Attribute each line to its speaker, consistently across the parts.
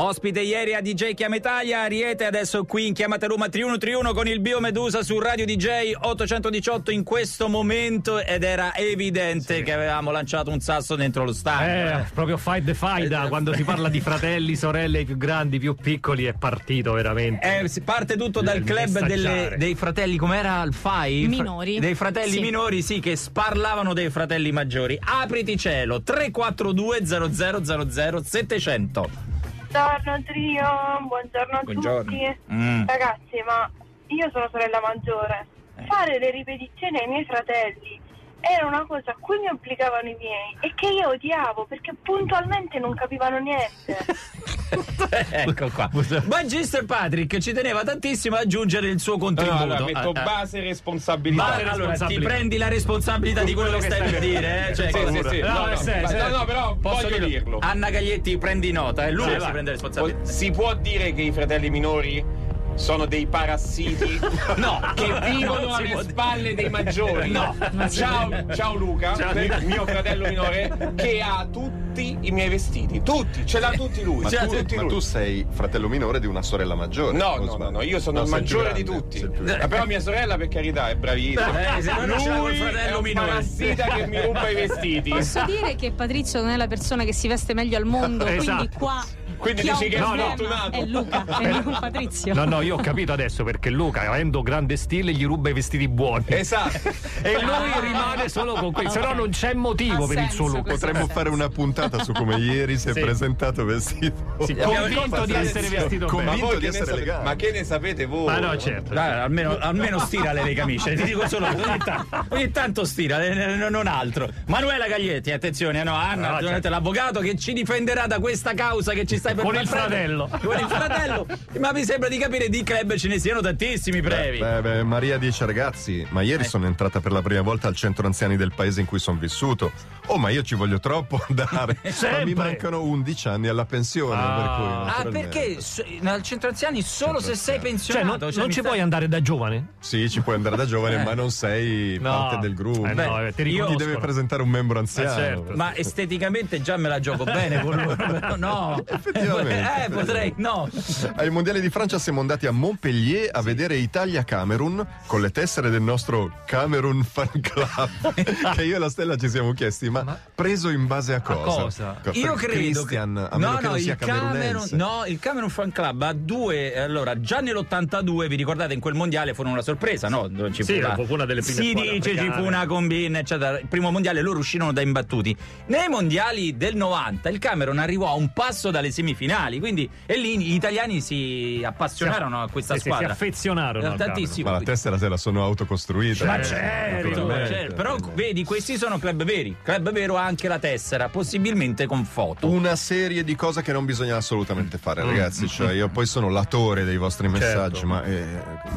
Speaker 1: Ospite ieri a DJ Chiama Italia, Ariete adesso qui in Chiamata Roma 3131 con il Bio Medusa su Radio DJ 818 in questo momento ed era evidente che avevamo lanciato un sasso dentro lo stadio.
Speaker 2: Eh, proprio fight the fight, quando si parla di fratelli, sorelle, i più grandi, i più piccoli, è partito veramente.
Speaker 1: Eh, si parte tutto dal
Speaker 2: Il
Speaker 1: club
Speaker 2: messaggiare.
Speaker 1: delle- dei fratelli, com'era il FAI?
Speaker 3: Minori.
Speaker 1: Dei fratelli
Speaker 3: Sì.
Speaker 1: minori, sì, che sparlavano dei fratelli maggiori. Apriti cielo, 342 0000 700.
Speaker 4: Buongiorno Trio, buongiorno a
Speaker 1: Buongiorno.
Speaker 4: tutti.
Speaker 1: Mm. Eh.
Speaker 4: Ragazzi, ma io sono sorella maggiore. Fare le ripetizioni ai miei fratelli era una cosa a cui mi obbligavano i miei e che io odiavo perché puntualmente non capivano niente.
Speaker 1: ecco qua. Magister Patrick ci teneva tantissimo a aggiungere il suo contributo.
Speaker 5: allora metto
Speaker 1: Ah, ah.
Speaker 5: base responsabilità.
Speaker 1: Ma
Speaker 2: Base
Speaker 1: allora ti
Speaker 2: responsabilità.
Speaker 1: prendi la responsabilità di quello che stai per dire, eh? Cioè,
Speaker 5: sì,
Speaker 1: che-
Speaker 5: sì, sì.
Speaker 2: No,
Speaker 5: No, no,
Speaker 2: sì, sì.
Speaker 5: no, no, però
Speaker 1: Posso
Speaker 5: voglio
Speaker 1: dirlo? Ah,
Speaker 5: dirlo.
Speaker 1: Anna Gaglietti, prendi nota, è lui
Speaker 2: Sì,
Speaker 1: che
Speaker 2: va.
Speaker 1: si prende
Speaker 5: Po-
Speaker 1: responsabilità.
Speaker 5: Si può dire che i fratelli minori sono dei parassiti
Speaker 1: No,
Speaker 5: che vivono
Speaker 1: non si può
Speaker 5: alle
Speaker 1: dire.
Speaker 5: spalle dei maggiori.
Speaker 1: No.
Speaker 5: Ciao, ciao Luca,
Speaker 2: Ciao,
Speaker 5: per-
Speaker 2: Luca.
Speaker 5: mio fratello minore, che ha tutti i miei vestiti. Tutti, ce l'ha tutti lui.
Speaker 6: Ma,
Speaker 5: ce l'ha
Speaker 6: tu,
Speaker 5: tutti
Speaker 6: ma
Speaker 5: lui.
Speaker 6: tu sei fratello minore di una sorella maggiore.
Speaker 5: No,
Speaker 6: o
Speaker 5: no, no,
Speaker 6: sbaglio?
Speaker 5: no, io sono il
Speaker 6: sei più
Speaker 5: maggiore di
Speaker 6: grande,
Speaker 5: tutti.
Speaker 6: sei più
Speaker 5: Ma
Speaker 6: grande.
Speaker 5: però mia sorella, per carità, è bravissima.
Speaker 1: Eh, se no non ce l'ha col
Speaker 5: Lui
Speaker 1: fratello
Speaker 5: è un
Speaker 1: minore.
Speaker 5: parassita che mi ruba i vestiti.
Speaker 3: Posso dire che Patrizio non è la persona che si veste meglio al mondo, quindi
Speaker 2: Esatto.
Speaker 3: qua
Speaker 5: Quindi
Speaker 3: chi ha
Speaker 5: dici
Speaker 3: un
Speaker 5: che è
Speaker 3: problema
Speaker 5: sfortunato.
Speaker 3: È Luca, è non Patrizio.
Speaker 2: No, no, io ho capito adesso perché Luca, avendo grande stile, gli ruba i vestiti buoni.
Speaker 6: Eh
Speaker 5: Esatto.
Speaker 2: E lui rimane solo con quelli, se no non c'è motivo
Speaker 3: Ha
Speaker 2: per il suo
Speaker 3: senso
Speaker 2: look.
Speaker 3: questo.
Speaker 6: Potremmo
Speaker 3: Senso.
Speaker 6: fare una puntata su come ieri si è
Speaker 2: Sì.
Speaker 6: presentato vestito.
Speaker 2: Sì,
Speaker 6: Abbiamo
Speaker 2: convinto
Speaker 6: fatto
Speaker 2: di essere
Speaker 6: l'esempio.
Speaker 2: vestito
Speaker 5: Ma
Speaker 6: Convinto
Speaker 5: voi
Speaker 6: di
Speaker 5: che ne
Speaker 6: essere
Speaker 5: sapete-
Speaker 6: elegante.
Speaker 5: Ma che ne sapete voi?
Speaker 2: Ma no, certo.
Speaker 1: Dai, almeno, almeno stirale le camicie, ti dico solo ogni tanto, ogni tanto stirale, n- n- non altro. Manuela Gaglietti, attenzione, eh, no, Anna,
Speaker 2: No,
Speaker 1: naturalmente
Speaker 2: certo.
Speaker 1: l'avvocato che ci difenderà da questa causa che ci stai per
Speaker 2: Con il
Speaker 1: far prendere.
Speaker 2: fratello.
Speaker 1: Con il fratello, ma mi sembra di capire di club ce ne siano tantissimi brevi.
Speaker 6: Beh, beh, Maria dice ragazzi, ma ieri
Speaker 3: Eh.
Speaker 6: sono entrata per la prima volta al centro anziani del paese in cui sono vissuto. Oh, ma io ci voglio troppo andare. ma
Speaker 2: Sempre.
Speaker 6: mi mancano 11 anni alla pensione.
Speaker 2: Ah.
Speaker 6: per cui,
Speaker 2: Ah,
Speaker 1: Ah,
Speaker 6: naturalmente.
Speaker 1: perché s- al centro anziani solo se
Speaker 6: Centro
Speaker 1: sei
Speaker 6: anziani.
Speaker 2: Cioè,
Speaker 1: pensionato?
Speaker 2: non,
Speaker 1: Cioè,
Speaker 2: non
Speaker 1: mi
Speaker 2: ci
Speaker 1: stai-
Speaker 2: puoi andare da giovane?
Speaker 6: Sì, ci puoi andare da giovane, ma non sei
Speaker 2: Eh. No.
Speaker 6: parte del gruppo.
Speaker 2: Eh, no, eh, ti
Speaker 1: Io-
Speaker 6: Ti
Speaker 2: riconoscono.
Speaker 6: deve presentare un membro anziano.
Speaker 2: certo.
Speaker 1: Ma esteticamente già me la gioco bene con loro. però No,
Speaker 6: Effettivamente.
Speaker 1: eh, potrei, no.
Speaker 6: Ai mondiali di Francia siamo andati a Montpellier a vedere Italia-Camerun con le tessere del nostro Camerun Fan Club. che io e la Stella ci siamo chiesti, ma, preso in base a cosa?
Speaker 2: cosa?
Speaker 6: Co-
Speaker 1: Io
Speaker 6: per
Speaker 1: credo
Speaker 6: Christian,
Speaker 1: che...
Speaker 6: a meno che non sia
Speaker 1: il Camerun,
Speaker 6: camerunense.
Speaker 1: no, il Camerun Fan Club ha due. Allora, già nell'82, vi ricordate, in quel mondiale furono una sorpresa, no? Non ci
Speaker 2: Sì,
Speaker 1: fu la-
Speaker 2: fu una delle prime
Speaker 1: Si
Speaker 2: squadre
Speaker 1: dice ci fu
Speaker 2: africane.
Speaker 1: una combina, eccetera. Il primo mondiale loro uscirono da imbattuti. Nei mondiali del 90 il Camerun arrivò a un passo dalle semifinali, quindi e lì gli italiani si appassionarono a questa
Speaker 2: Sì, sì, si
Speaker 1: squadra.
Speaker 2: affezionarono al
Speaker 1: tantissimo.
Speaker 6: Ma la tessera se la sono autocostruita.
Speaker 2: Ma
Speaker 6: eh,
Speaker 2: certo,
Speaker 6: naturalmente.
Speaker 1: Certo, però vedi, questi sono club veri. Club vero ha anche la tessera, possibilmente con foto.
Speaker 6: Una serie di cose che non bisogna assolutamente fare,
Speaker 1: Mm.
Speaker 6: ragazzi. Cioè, io poi sono l'attore dei vostri
Speaker 1: Certo.
Speaker 6: messaggi, ma eh,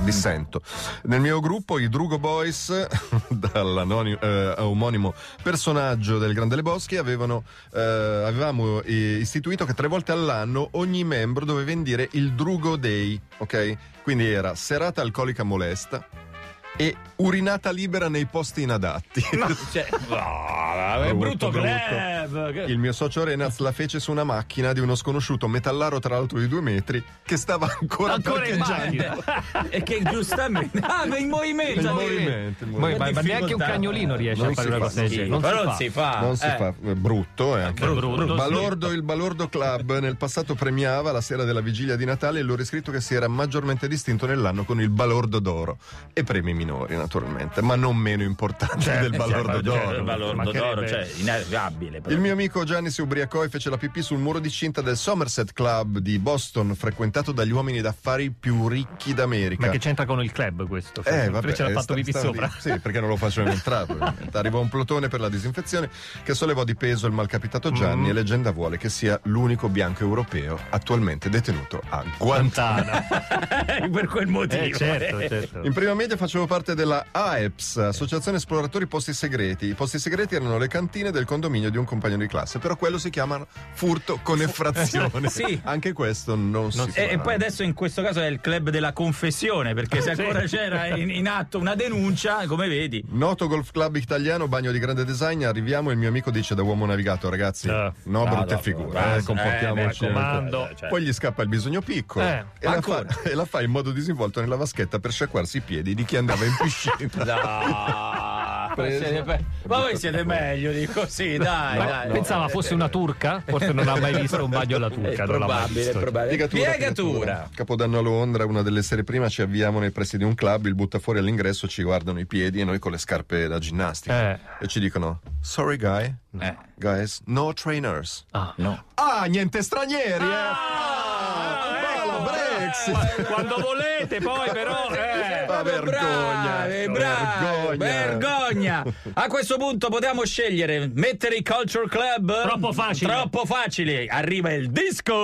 Speaker 6: dissento. Nel mio gruppo, i Drugo Boys, dall'omonimo omonimo personaggio del Grande Leboschi, avevano, eh, avevamo eh, istituito che tre volte all'anno ogni membro doveva indire il Drugo Day, ok? Quindi era serata alcolica molesta. E urinata libera nei posti inadatti.
Speaker 1: Cioè, no, è
Speaker 6: Ah,
Speaker 1: brutto,
Speaker 6: Brutto, brutto.
Speaker 1: club.
Speaker 6: Il mio socio Renaz la fece su una macchina di uno sconosciuto metallaro, tra l'altro di due metri, che stava ancora,
Speaker 2: Ancora in
Speaker 6: parcheggiando.
Speaker 2: macchina.
Speaker 1: E che giustamente. Ah, ma in movimento.
Speaker 6: Il
Speaker 1: devi-
Speaker 6: movimento, il
Speaker 2: Ma, ma-
Speaker 6: movimento.
Speaker 2: ma
Speaker 1: Difficoltà.
Speaker 2: neanche un cagnolino riesce
Speaker 6: Non
Speaker 2: a fare
Speaker 6: si
Speaker 2: una
Speaker 6: fa,
Speaker 2: cosa
Speaker 6: non
Speaker 2: del
Speaker 6: si
Speaker 2: genere.
Speaker 6: fa.
Speaker 2: Non
Speaker 1: Però
Speaker 2: si fa.
Speaker 1: fa.
Speaker 6: Non si
Speaker 1: eh.
Speaker 6: fa, è brutto è anche
Speaker 2: Brutto, brutto,
Speaker 6: Balordo il Balordo Club nel passato premiava la sera della vigilia di Natale l'ho riscritto che si era maggiormente distinto nell'anno con il Balordo d'oro e premi minori, naturalmente, ma non meno importante
Speaker 2: Certo,
Speaker 6: del
Speaker 2: eh,
Speaker 6: Valor
Speaker 1: Cioè,
Speaker 6: d'Oro.
Speaker 1: il valor d'oro,
Speaker 2: mancherebbe.
Speaker 1: cioè, inarrivabile.
Speaker 6: Il mio amico Gianni si ubriacò e fece la pipì sul muro di cinta del Somerset Club di Boston, frequentato dagli uomini d'affari più ricchi d'America.
Speaker 2: Ma che c'entra con il club questo?
Speaker 6: Eh, vabbè,
Speaker 2: Invece l'ha
Speaker 6: eh,
Speaker 2: fatto
Speaker 6: sta-
Speaker 2: pipì
Speaker 6: stava
Speaker 2: sopra.
Speaker 6: lì. Sì, perché non lo facevano entrare. ovviamente. Arrivò un plotone per la disinfezione che sollevò di peso il malcapitato Gianni
Speaker 2: Mm.
Speaker 6: e leggenda vuole che sia l'unico bianco europeo attualmente detenuto a Guantanamo.
Speaker 2: Lontana.
Speaker 1: per quel motivo.
Speaker 2: Eh, certo, certo.
Speaker 6: In prima media facevo parte della AEPS, Associazione Esploratori Posti Segreti. I posti segreti erano le cantine del condominio di un compagno di classe, però quello si chiama furto con effrazione.
Speaker 1: Sì.
Speaker 6: Anche questo non, si
Speaker 1: E,
Speaker 6: fa.
Speaker 1: Eh, e poi adesso in questo caso è il club della confessione, perché se ancora c'era in, in atto una denuncia, come vedi.
Speaker 6: Noto golf club italiano, bagno di grande design, arriviamo e il mio amico dice da uomo navigato, ragazzi,
Speaker 2: Eh.
Speaker 6: no brutte
Speaker 1: Madonna,
Speaker 6: figure,
Speaker 1: basta.
Speaker 6: eh, comportiamoci.
Speaker 1: Eh, mi
Speaker 2: raccomando.
Speaker 1: eh, cioè.
Speaker 6: Poi gli scappa il bisogno piccolo
Speaker 2: Eh,
Speaker 6: e, la fa,
Speaker 1: ancora?
Speaker 6: e la fa in modo disinvolto nella vaschetta per sciacquarsi i piedi di chi andava in piscina.
Speaker 1: No, ma siete pe- ma voi siete meglio di così, dai,
Speaker 2: Ma
Speaker 1: dai.
Speaker 2: pensava fosse una turca? Forse non ha mai visto un bagno alla turca.
Speaker 1: È
Speaker 2: non l'ha mai
Speaker 1: probabile, è
Speaker 2: visto.
Speaker 1: probabile.
Speaker 6: Piegatura,
Speaker 1: Piegatura.
Speaker 6: Capodanno a Londra, una delle sere prima ci avviamo nei pressi di un club, il buttafuori all'ingresso ci guardano i piedi e noi con le scarpe da ginnastica.
Speaker 2: Eh.
Speaker 6: E ci dicono, sorry guy,
Speaker 1: Eh.
Speaker 6: guys, no trainers.
Speaker 2: Ah, no.
Speaker 6: Ah, niente stranieri, eh!
Speaker 1: Ah,
Speaker 6: Ah, la
Speaker 1: ecco,
Speaker 6: Brexit!
Speaker 1: eh, Quando volete, poi però. Eh.
Speaker 6: Ma vergogna,
Speaker 1: Bravi,
Speaker 6: ma
Speaker 1: bravi, vergogna.
Speaker 6: vergogna.
Speaker 1: A questo punto potevamo scegliere mettere i Culture Club.
Speaker 2: Troppo facile.
Speaker 1: Troppo facile. Arriva il disco.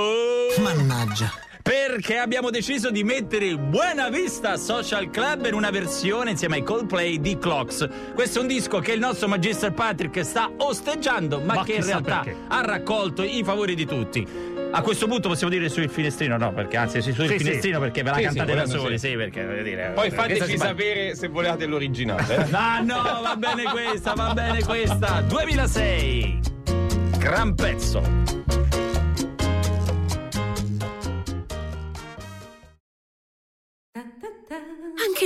Speaker 7: Mannaggia.
Speaker 1: Perché abbiamo deciso di mettere Buena Vista Social Club in una versione insieme ai Coldplay di Clocks. Questo è un disco che il nostro Magister Patrick sta osteggiando, ma,
Speaker 2: Ma
Speaker 1: che in
Speaker 2: chissà
Speaker 1: realtà
Speaker 2: perché.
Speaker 1: ha raccolto i favori di tutti. A questo punto possiamo dire sul finestrino, no, perché anzi sul
Speaker 2: Sì, sì.
Speaker 1: finestrino perché ve la
Speaker 5: Sì, sì,
Speaker 1: cantate da
Speaker 5: volendo,
Speaker 1: soli,
Speaker 5: sì.
Speaker 1: sì, perché voglio dire.
Speaker 5: Poi
Speaker 1: questa si
Speaker 5: fateci
Speaker 1: fa-
Speaker 5: sapere se volevate l'originale. eh.
Speaker 1: Ah no, va bene questa, va bene questa. 2006. Gran pezzo.
Speaker 8: Anche